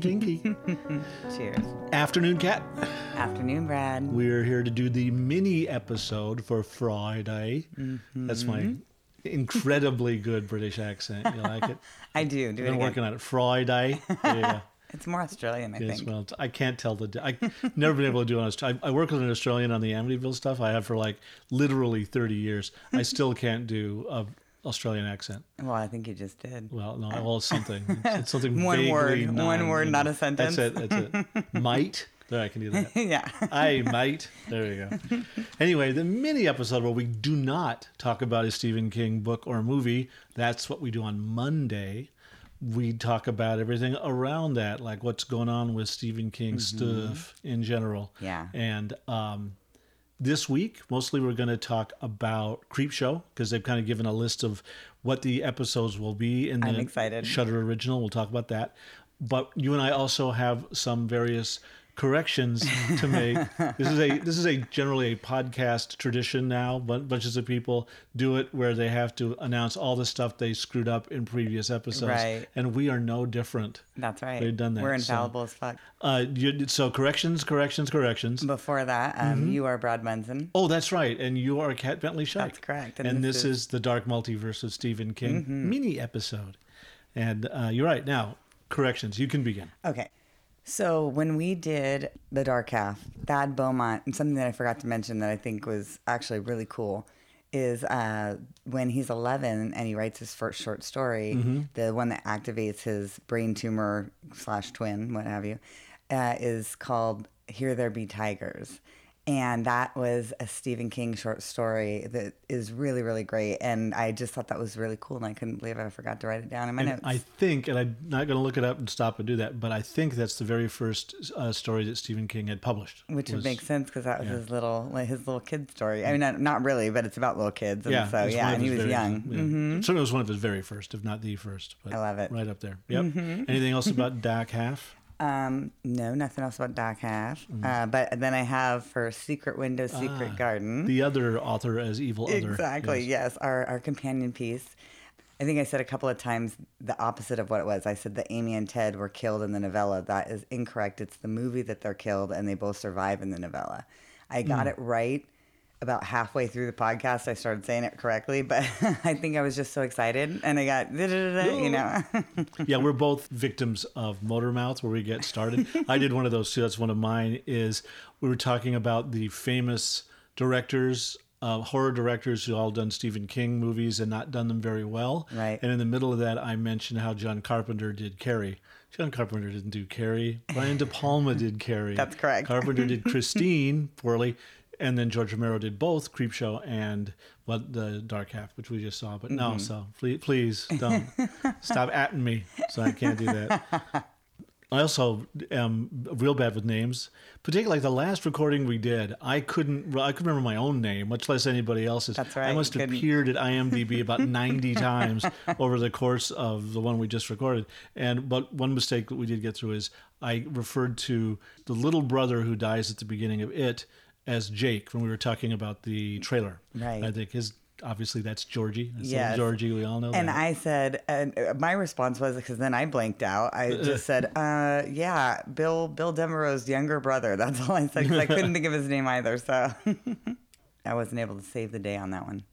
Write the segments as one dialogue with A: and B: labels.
A: clinky.
B: Cheers.
A: Afternoon, Cat.
B: Afternoon, Brad.
A: We're here to do the mini episode for Friday.
B: Mm-hmm.
A: That's my incredibly good British accent. You like it?
B: I do. Do it
A: Been
B: again.
A: working on it. Friday. Yeah.
B: It's more Australian, I
A: Yes,
B: think.
A: well, it's- I can't tell the. di- I've never been able to do an Australian. I work with an Australian on the Amityville stuff. I have for like literally thirty years. I still can't do a Australian accent.
B: Well, I think you just did.
A: Well, no, well, it's something. It's, it's something.
B: One
A: vaguely
B: word, one
A: non-
B: word, not a sentence.
A: That's it. That's it. Might. There, I can do that.
B: yeah.
A: Hey, mate. There you go. Anyway, the mini episode where we do not talk about a Stephen King book or movie. That's what we do on Monday. We talk about everything around that, like what's going on with Stephen King stuff in general.
B: Mm-hmm. Yeah.
A: And um, this week, mostly we're going to talk about Creep Show because they've kind of given a list of what the episodes will be in the
B: I'm excited.
A: Shutter original. We'll talk about that. But you and I also have some various corrections to make. this is a this is a generally a podcast tradition now. But bunches of people do it where they have to announce all the stuff they screwed up in previous episodes,
B: Right.
A: and we are no different.
B: That's right.
A: They've done that,
B: We're
A: so-
B: infallible as fuck.
A: Uh, you, so corrections, corrections, corrections.
B: Before that, um,
A: Mm-hmm.
B: you are Brad Munson.
A: Oh, that's right. And you are Cat Bentley Shuck.
B: That's correct.
A: And,
B: And
A: this,
B: this
A: is... Mm-hmm. the Dark Multiverse of Stephen King mini episode. And uh, you're right. Now, corrections. You can begin.
B: Okay. So when we did The Dark Half, Thad Beaumont, and something that I forgot to mention that I think was actually really cool is uh, when he's 11 and he writes his first short story,
A: Mm-hmm.
B: the one that activates his brain tumor slash twin, what have you, uh, is called Here There Be Tigers. And that was a Stephen King short story that is really, really great. And I just thought that was really cool. And I couldn't believe I forgot to write it down in my
A: And
B: notes.
A: I think, and I'm not going to look it up and stop and do that, but I think that's the very first uh, story that Stephen King had published.
B: Which would
A: was- Mm.
B: make sense because that was his little like, his little kid story. I mean, not, not really, but it's about little kids, and
A: Yeah.
B: so
A: it's one
B: yeah,
A: of
B: and he
A: his
B: was
A: very-
B: young. Mm-hmm.
A: yeah. Certainly was one of his very first, if not the first. But
B: I love it. Mm-hmm.
A: Right up there. Yep. Anything else about Doc Half?
B: Um, no, nothing else about Doc Half. Uh, but then I have for Secret Window, Secret
A: Mm. Ah,
B: Garden.
A: The other author as evil other.
B: Exactly. Yes. Our our companion piece. I think I said a couple of times the opposite of what it was. I said that Amy and Ted were killed in the novella. That is incorrect. It's the movie that they're killed and they both survive in the novella. I got it right about halfway through the podcast. I started saying it correctly, but I think I was just so excited and I got you know.
A: yeah, we're both victims of motor mouth where we get started. I did one of those too. That's one of mine. Is we were talking about the famous directors, uh, horror directors who all done Stephen King movies and not done them very well.
B: Right.
A: And in the middle of that, I mentioned how John Carpenter did Carrie. John Carpenter didn't do Carrie. Brian De Palma did Carrie.
B: That's correct.
A: Carpenter did Christine poorly. And then George Romero did both Creepshow and what the Dark Half, which we just saw. But
B: Mm-hmm.
A: no, so please, please don't stop at me. So I can't do that. I also am real bad with names, particularly like the last recording we did. I couldn't. I could remember my own name, much less anybody else's.
B: That's right,
A: I
B: you
A: must have
B: couldn't.
A: appeared at IMDb about ninety times over the course of the one we just recorded. And but one mistake that we did get through is I referred to the little brother who dies at the beginning of it as Jake when we were talking about the trailer.
B: Right.
A: I think his obviously that's Georgie. That's little
B: Yes.
A: Georgie. We all know.
B: And
A: that.
B: I said, and uh, my response was because then I blanked out. I just said, uh, "Yeah, Bill Bill Demero's younger brother." That's all I said 'cause I couldn't think of his name either, so I wasn't able to save the day on that one.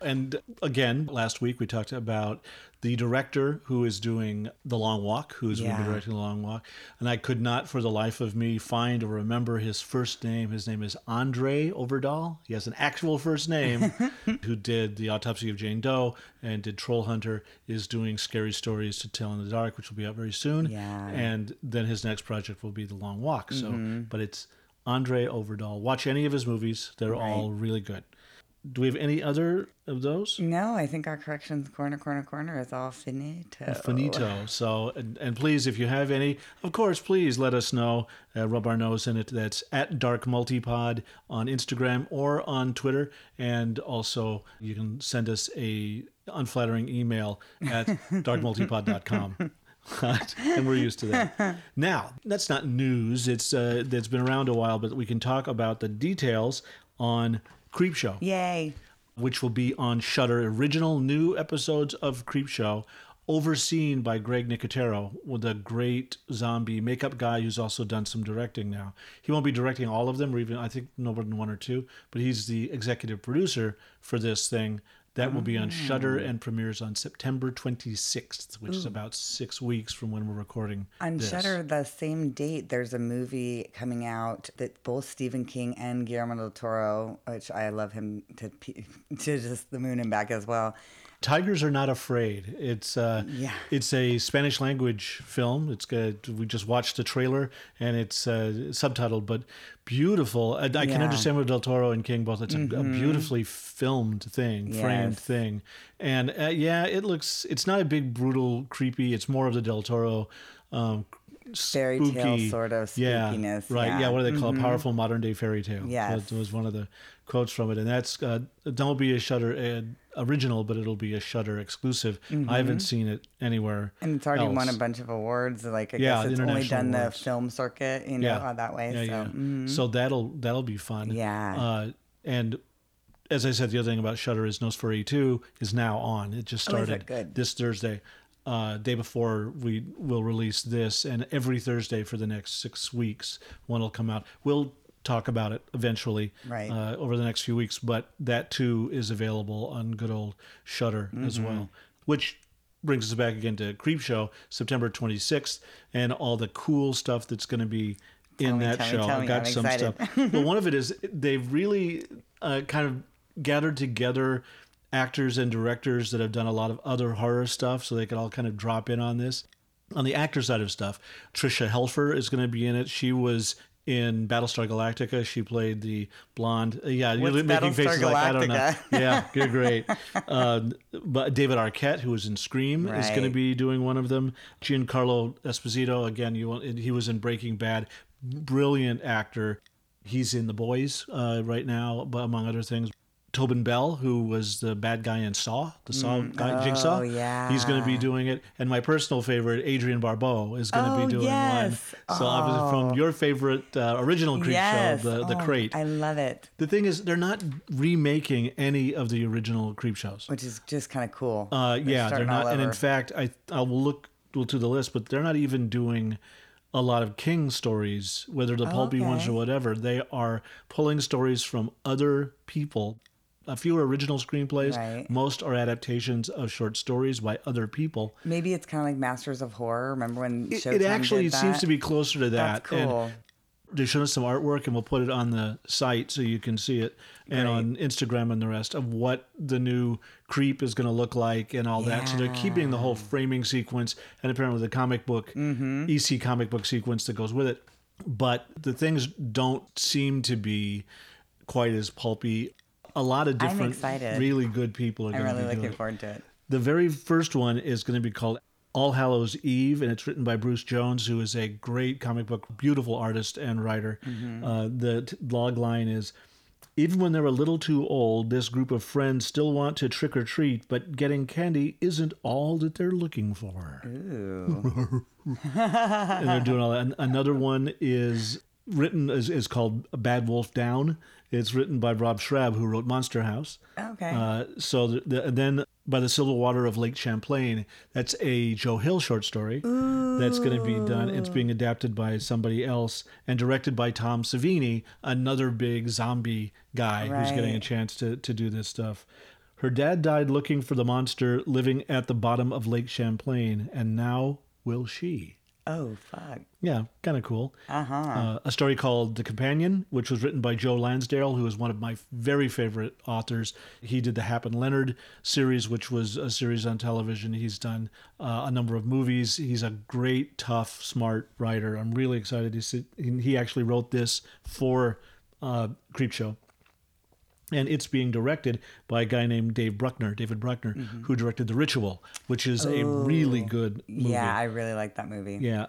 A: And again, last week we talked about the director who is doing The Long Walk, who's going to
B: Yeah.
A: be directing The Long Walk. And I could not, for the life of me, find or remember his first name. His name is Andre Overdahl. He has an actual first name, who did The Autopsy of Jane Doe and did Troll Hunter, is doing Scary Stories to Tell in the Dark, which will be out very soon.
B: Yeah.
A: And then his next project will be The Long Walk. So, But it's Andre Overdahl. Watch any of his movies, they're all really good. Do we have any other of those?
B: No, I think our corrections corner, corner, corner is all finito.
A: Finito. So, and, and please, if you have any, of course, please let us know. Uh, rub our nose in it. That's at Dark Multipod on Instagram or on Twitter. And also, you can send us a unflattering email at darkmultipod.com. and we're used to that. Now, that's not news. It's uh, that's been around a while, but we can talk about the details on Creepshow.
B: Yay!
A: which will be on Shutter. Original new episodes of Creepshow overseen by Greg Nicotero, the great zombie makeup guy who's also done some directing now. He won't be directing all of them, or even I think no more than one or two, but he's the executive producer for this thing. That will be on Shutter and premieres on September 26th, which is about six weeks from when we're recording.
B: On
A: this.
B: Shutter, the same date, there's a movie coming out that both Stephen King and Guillermo del Toro, which I love him to pe- to just the moon and back as well.
A: Tigers are not afraid. It's uh,
B: Yeah.
A: it's a Spanish language film. It's good. We just watched the trailer and it's uh, subtitled, but beautiful. I, I can
B: Yeah. Mm-hmm.
A: understand with Del Toro and King both. It's a- a, beautifully filmed thing, framed
B: Yes.
A: thing, and uh, yeah, it looks. It's not a big brutal creepy. It's more of the Del Toro. Um,
B: Fairy tale
A: spooky-
B: sort of
A: yeah,
B: spookiness,
A: right yeah,
B: yeah.
A: what do they call it? powerful modern day fairy tale
B: Mm-hmm. Yes.
A: that was one of the quotes from it and that's uh, don't be a shutter uh, original but it'll be a shutter exclusive i haven't seen it anywhere
B: Mm-hmm. And it's already won a
A: else.
B: bunch of awards. Like I
A: Yeah,
B: guess it's
A: the
B: only
A: international
B: done
A: awards.
B: the film circuit, you know, uh, that way.
A: Yeah,
B: so
A: yeah.
B: mm.
A: So that'll that'll be fun.
B: Yeah.
A: Uh, and as I said, the other thing about Shutter is Nosferatu two is now on. It just
B: Oh, is it?
A: started
B: Good.
A: this Thursday. Uh, day before we will release this, and every Thursday for the next six weeks, one will come out. We'll talk about it eventually
B: Right.
A: uh, over the next few weeks, but that too is available on good old Shutter
B: Mm-hmm.
A: as well, which brings us back again to Creep Show, September 26th, and all the cool stuff that's going to be in
B: me,
A: that
B: tell me,
A: show.
B: tell
A: I
B: me.
A: got
B: I'm
A: some
B: excited.
A: stuff. but one of it is they've really uh, kind of gathered together actors and directors that have done a lot of other horror stuff so they could all kind of drop in on this. On the actor side of stuff, Trisha Helfer is going to be in it. She was in Battlestar Galactica. She played the blonde. uh, Yeah, you're
B: What's
A: making faces
B: Battlestar
A: like I don't know.
B: Galactica?
A: Yeah, you're great. Um, but David Arquette, who was in Scream, is going to
B: Right.
A: be doing one of them. Giancarlo Esposito, again, you want- he was in Breaking Bad, brilliant actor. He's in The Boys uh, right now, but among other things. Tobin Bell, who was the bad guy in Saw, the Saw guy, Jigsaw, he's going to
B: Mm, oh,
A: be
B: yeah.
A: doing it. And my personal favorite, Adrian Barbeau, is going to
B: Oh,
A: be doing
B: yes. Oh.
A: one. So obviously from your favorite uh, original Creep
B: yes.
A: Show, the, the
B: Oh,
A: Crate.
B: I love it,
A: The thing is, they're not remaking any of the original creep shows.
B: which is just kind of cool.
A: Uh, yeah, they're
B: starting all
A: not. And in
B: over.
A: fact, I I'll look to the list, but they're not even doing a lot of King stories, whether the pulpy ones
B: okay.
A: or whatever. They are pulling stories from other people. A few are original screenplays.
B: Right.
A: Most are adaptations of short stories by other people.
B: Maybe it's kind of like Masters of Horror. Remember when
A: It,
B: Showtime
A: it actually
B: did that?
A: seems to be closer to that.
B: That's
A: And
B: cool.
A: they showed us some artwork and we'll put it on the site so you can see it and on instagram and the rest of what the new creep is going to look like and all that so they're keeping the whole framing sequence and apparently the comic book
B: Mm-hmm.
A: ec comic book sequence that goes with it but the things don't seem to be quite as pulpy a lot of different
B: excited.
A: really good people are
B: I'm
A: going
B: really
A: to be doing
B: looking
A: it.
B: forward to it.
A: The very first one is going to be called All Hallows Eve, and it's written by Bruce Jones, who is a great comic book, beautiful artist and writer. Uh, the t- log line is Even when they're a little too old, this group of friends still want to trick or treat, but getting candy isn't all that they're looking for. and they're doing all that. An- Another one is written is, is called Bad Wolf Down. It's written by Rob Schrab, who wrote Monster House.
B: Okay.
A: Uh, so the, the, and then by the silver water of Lake Champlain, that's a Joe Hill short story that's going to be done. It's being adapted by somebody else and directed by Tom Savini, another big zombie guy who's getting a
B: Right.
A: chance to, to do this stuff. Her dad died looking for the monster living at the bottom of Lake Champlain, and now will she.
B: oh fuck.
A: Yeah, kind of cool.
B: Uh-huh.
A: Uh, a story called The Companion, which was written by Joe Lansdale, who is one of my very favorite authors. He did the Happen Leonard series, which was a series on television. He's done uh, a number of movies. He's a great, tough, smart writer. I'm really excited to see. He he actually wrote this for uh, Creepshow and it's being directed by a guy named Dave Bruckner, David Bruckner,
B: Mm-hmm.
A: who directed The Ritual, which is a really good movie.
B: Oh, Yeah, I really like that movie.
A: Yeah.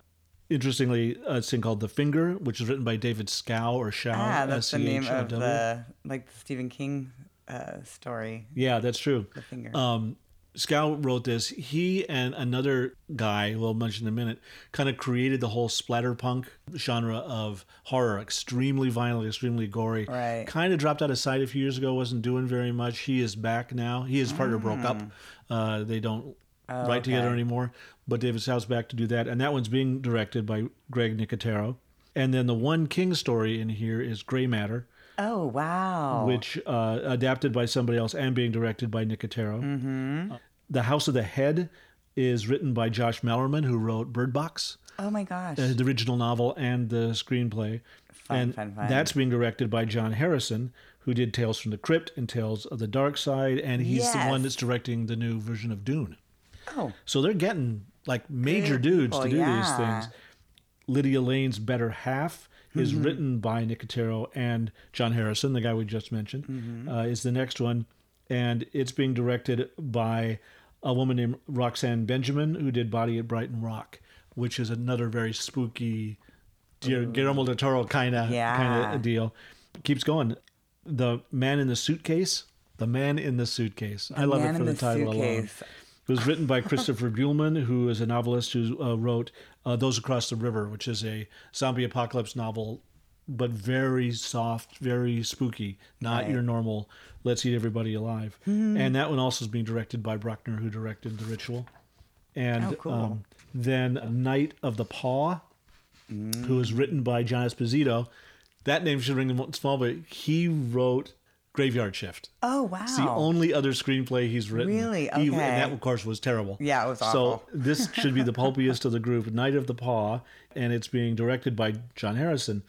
A: Interestingly, a thing called The Finger, which is written by David Scow or Shao.
B: Ah, that's the name of
A: S-C-H-O-W.
B: the like the Stephen King uh, story.
A: Yeah, that's true.
B: The finger.
A: Um, Scow wrote this. He and another guy, who I'll mention in a minute, kind of created the whole splatterpunk genre of horror, extremely violent, extremely gory.
B: Right.
A: Kind of dropped out of sight a few years ago, wasn't doing very much. He is back now. He and his partner broke up. Uh, they don't write together anymore. But David South's back to do that, and that one's being directed by Greg Nicotero. And then the one King story in here is Gray Matter,
B: Oh wow.
A: which uh, adapted by somebody else and being directed by Nicotero. Uh, the House of the Head is written by Josh Mellerman, who wrote Bird Box,
B: oh my gosh.
A: uh, the original novel and the screenplay.
B: Fun,
A: and
B: fun, fun.
A: that's being directed by John Harrison, who did Tales from the Crypt and Tales of the Dark Side, and he's the
B: Yes.
A: one that's directing the new version of Dune.
B: oh.
A: So they're getting like major
B: Good
A: dudes to
B: people,
A: do these
B: yeah.
A: things. Lydia Lane's Better Half is
B: Mm-hmm.
A: written by Nicotero and John Harrison, the guy we just mentioned,
B: Mm-hmm.
A: uh, is the next one. And it's being directed by a woman named Roxanne Benjamin, who did Body at Brighton Rock, which is another very spooky Guillermo Guillermo del Toro kind of
B: Yeah.
A: kind of deal. Keeps going. The Man in the Suitcase. The Man in the Suitcase. I love
B: Man in
A: it for the,
B: the
A: title alone.
B: Suitcase.
A: It was written by Christopher Buhlman, who is a novelist who uh, wrote uh, Those Across the River, which is a zombie apocalypse novel, but very soft, very spooky, not your normal let's eat everybody alive.
B: Mm-hmm.
A: And that one also is being directed by Bruckner, who directed The Ritual. And
B: Oh, cool.
A: um, then Night of the Paw,
B: Mm.
A: who was written by John Esposito. That name should ring a small, but he wrote Graveyard Shift.
B: Oh wow.
A: It's the only other screenplay he's written.
B: Really?
A: He- and that,
B: Okay.
A: of course, was terrible.
B: Yeah, it was
A: So
B: awful.
A: this should be the pulpiest of the group, Night of the Paw, and it's being directed by John Harrison.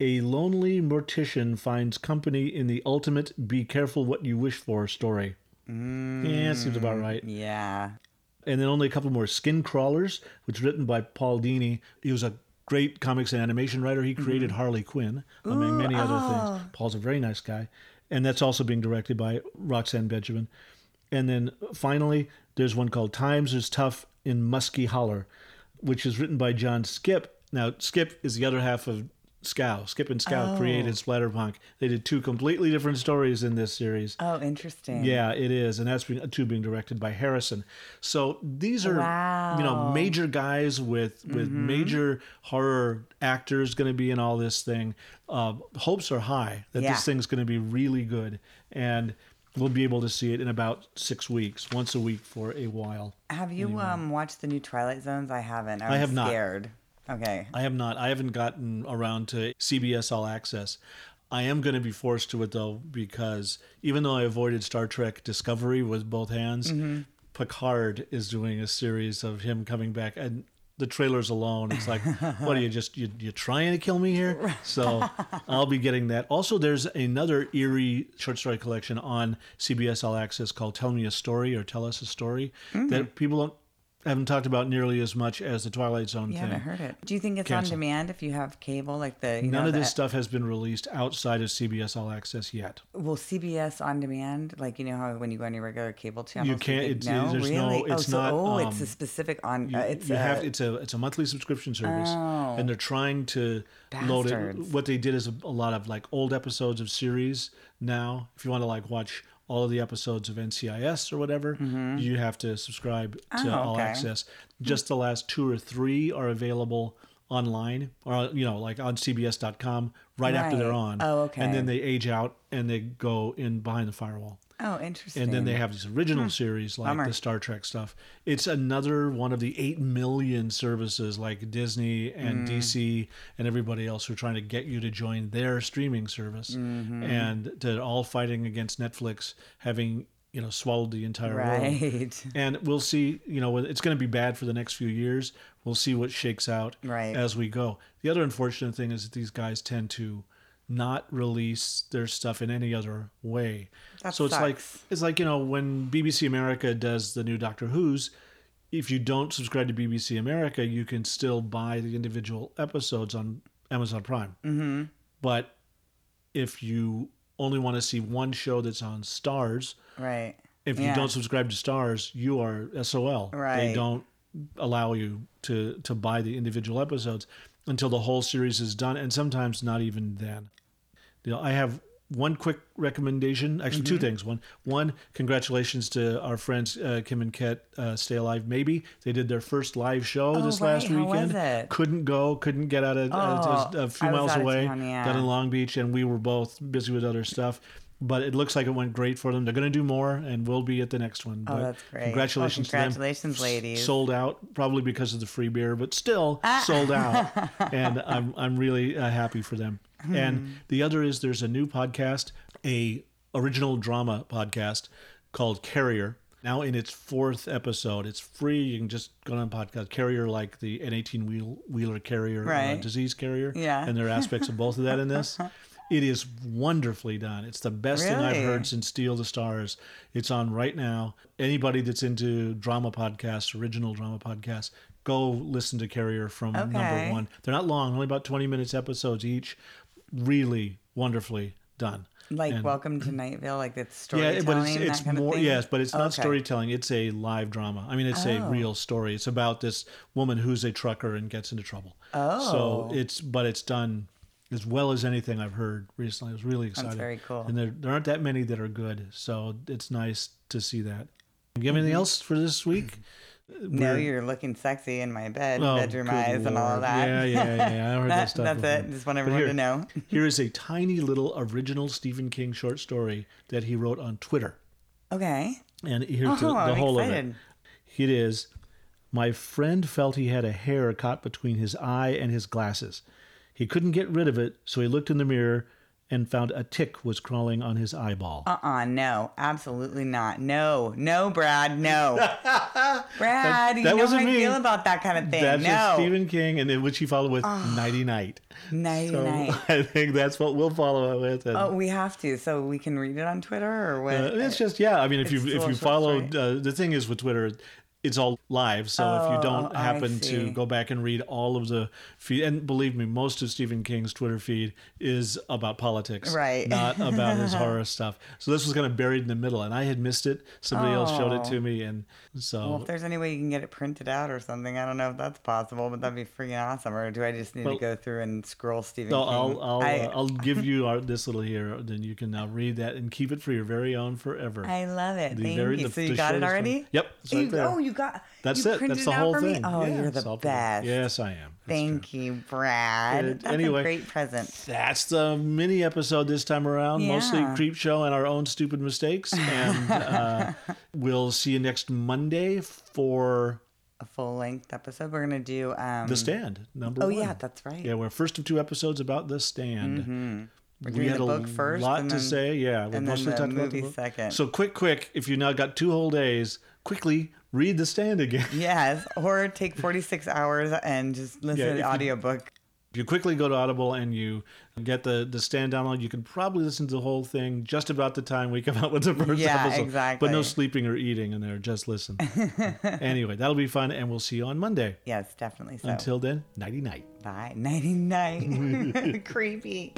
A: A lonely mortician finds company in the ultimate be careful what you wish for story.
B: Mm.
A: Yeah, it seems about right.
B: yeah.
A: And then only a couple more Skin Crawlers, which is written by Paul Dini. He was a great comics and animation writer. He created Harley Quinn, among many other things. Paul's a very nice guy. And that's also being directed by Roxanne Benjamin. And then finally, there's one called Times is Tough in Muskie Holler, which is written by John Skip. Now, Skip is the other half of Scow. Skip and Scow created Splatterpunk. They did two completely different stories in this series.
B: Oh, interesting.
A: Yeah, it is, and that's being, too being directed by Harrison. So these are you know
B: Wow. Mm-hmm.
A: major guys with with major horror actors going to be in all this thing. Uh, hopes are high that
B: Yeah.
A: this thing's going to be really good, and we'll be able to see it in about six weeks, once a week for a while.
B: Have you um watched the new Twilight Zones? I haven't. I,
A: I
B: was
A: have not.
B: Scared. Okay.
A: I have not. I haven't gotten around to CBS All Access. I am going to be forced to it though because even though I avoided Star Trek Discovery with both hands, Picard is doing a series of him coming back and the trailers alone it's like what are you just you you trying to kill me here so i'll be getting that also there's another eerie short story collection on cbs all access called tell me a story or tell us a story that people don't haven't talked about nearly as much as the twilight zone
B: You
A: thing
B: haven't heard it. Do you think it's
A: Cancel.
B: on demand if you have cable? Like the you
A: None
B: know,
A: of this
B: the-
A: stuff has been released outside of CBS All Access yet.
B: Well, CBS on demand, like you know how when you go on your regular cable channel,
A: can't- it's- there's no-
B: oh,
A: it's
B: so,
A: not,
B: Oh, it's
A: um,
B: a specific on. uh, it's
A: you
B: a,
A: have it's a it's a monthly subscription service,
B: Oh.
A: and they're trying to load it.
B: Bastards.
A: What they did is a, a lot of like old episodes of series. Now, if you want to like watch all of the episodes of NCIS or whatever, you have to subscribe to
B: Mm-hmm. Oh,
A: All
B: okay. Hmm.
A: Access. Just the last two or three are available online or you know like on cbs.com right, after they're
B: Right.
A: on
B: Oh, okay.
A: and then they age out and they go in behind the firewall
B: oh, interesting.
A: And then they have these original series like
B: Hmm. Bummer.
A: the Star Trek stuff. It's another one of the 8 million services like Disney
B: Hmm.
A: and DC and everybody else who are trying to get you to join their streaming service.
B: Mm-hmm.
A: And they're all fighting against Netflix having, you know, swallowed the entire world
B: right.
A: and we'll see you know it's going to be bad for the next few years we'll see what shakes out
B: Right.
A: as we go the other unfortunate thing is that these guys tend to not release their stuff in any other way
B: That
A: so it's like
B: sucks.
A: it's like you know when bbc america does the new doctor who's if you don't subscribe to bbc america you can still buy the individual episodes on amazon prime mm-hmm. but if you only want to see one show that's on stars
B: Right.
A: if you
B: Yeah.
A: don't subscribe to stars you are sol they
B: Right.
A: don't allow you to to buy the individual episodes until the whole series is done and sometimes not even then you know, i have one quick recommendation actually two
B: Mm-hmm.
A: things one one congratulations to our friends uh, kim and ket uh, stay alive maybe they did their first live show this
B: Oh, right.
A: last
B: How was
A: weekend
B: it?
A: couldn't go couldn't get out of uh,
B: Oh,
A: just a few
B: I was
A: miles
B: out of
A: away
B: town, yeah.
A: got in Long Beach, and we were both busy with other stuff. but it looks like it went great for them. They're going to do more, and we'll be at the next one.
B: Oh,
A: But
B: that's great. Well,
A: Congratulations,
B: congratulations,
A: to them. S-
B: ladies. Ah.
A: Sold out, probably because of the free beer, but still sold out. and I'm I'm really uh, happy for them.
B: Hmm.
A: And the other is there's a new podcast, a original drama podcast called Carrier. Now in its fourth episode, it's free. You can just go on podcast Carrier, like the N18 wheel, wheeler carrier, uh,
B: Right.
A: disease carrier.
B: Yeah.
A: And there are aspects of both of that in this. It is wonderfully done. It's the best thing I've
B: Really?
A: heard since Steal the Stars. It's on right now. Anybody that's into drama podcasts, original drama podcasts, go listen to Carrier from number
B: Okay.
A: one. They're not long, only about 20 minutes episodes each. Really wonderfully done.
B: Like
A: And-
B: Welcome to Nightville, like it's
A: yeah,
B: storytelling,
A: but it's, it's
B: that kind
A: more
B: of thing.
A: yes, but it's not
B: Okay.
A: storytelling. It's a live drama. I mean, it's a
B: Oh.
A: real story. It's about this woman who's a trucker and gets into trouble.
B: Oh.
A: so it's but it's done as well as anything I've heard recently. I was really excited.
B: very cool.
A: And there there aren't that many that are good, so it's nice to see that. You have
B: Mm-hmm.
A: anything else for this week?
B: No,
A: We're-
B: you're looking sexy in my bed,
A: Oh,
B: bedroom
A: good
B: eyes, and all
A: Lord.
B: that.
A: Yeah, yeah, yeah. I heard that, stuff.
B: That's
A: before.
B: it. Just want
A: But
B: everyone
A: here-
B: to know.
A: here is a tiny little original Stephen King short story that he wrote on Twitter.
B: Okay.
A: And here's the,
B: Oh,
A: the
B: I'm
A: whole of
B: excited.
A: it. It is My friend felt he had a hair caught between his eye and his glasses. He couldn't get rid of it, so he looked in the mirror and found a tick was crawling on his eyeball.
B: Uh uh no, absolutely not. No, no, Brad, no. Brad, you know
A: that wasn't
B: how I
A: me.
B: feel about that kind of thing.
A: that's just
B: no.
A: Stephen King, and then which he followed with Nighty Night.
B: Night,
A: So
B: night.
A: I think that's what we'll follow it with. and-
B: Oh, we have to, so we can read it on Twitter or what?
A: Uh, it's just yeah. I mean, if you
B: Eh, It's
A: if
B: still
A: you
B: a short
A: follow
B: story.
A: uh, the thing is with Twitter, it's all live. So if you don't
B: Oh, I
A: happen to
B: see.
A: go back and read all of the feed, and believe me, most of Stephen King's Twitter feed is about politics,
B: Right.
A: Not about his horror stuff. So this was kind of buried in the middle, and I had missed it. Somebody else showed it
B: Oh.
A: to me, and so
B: well, if there's any way you can get it printed out or something, I don't know if that's possible, but that'd be freaking awesome. Or do I just need
A: Well-
B: to go through and scroll Stephen
A: So
B: King?
A: I'll I'll,
B: I-
A: uh, I'll give you our, this little here. Then you can now read that and keep it for your very own forever.
B: I love it.
A: The
B: Thank
A: very-
B: you.
A: the-
B: so you
A: the
B: got it
A: shortest one.
B: already?
A: Yep, it's right
B: You-
A: there.
B: oh, you got.
A: That's
B: you
A: it.
B: Printed
A: That's the
B: out
A: whole
B: for
A: thing.
B: Me? Oh,
A: Yeah,
B: you're
A: it's all
B: the
A: for me.
B: best.
A: Yes, I am. That's true.
B: Thank you, Brad.
A: Good.
B: That's
A: Anyway.
B: a great present.
A: That's the mini episode this time around. Mostly
B: Yeah.
A: creep show and our own stupid mistakes. And uh, we'll see you next Monday for
B: A full length episode. We're gonna do. Um,
A: the stand number
B: oh
A: one.
B: yeah, that's right. Mm-hmm.
A: yeah. We're first of two episodes about the stand. We
B: doing
A: had
B: the
A: a
B: book first
A: lot
B: and
A: to
B: then-
A: say. Yeah, we
B: and then
A: mostly
B: the
A: talked about
B: movie
A: book.
B: second.
A: So quick, quick! If you now got two whole days, quickly read the stand again.
B: Yes, or take 46 hours and just listen
A: Yeah,
B: to
A: if
B: the
A: you-
B: audiobook.
A: If you quickly go to Audible and you get the the stand download, you can probably listen to the whole thing just about the time we come out with the first
B: Yeah,
A: episode.
B: exactly.
A: But no sleeping or eating in there, just listen. anyway, that'll be fun, and we'll see you on Monday.
B: Yes, definitely so.
A: Until then, nighty night.
B: Bye. 99. Creepy.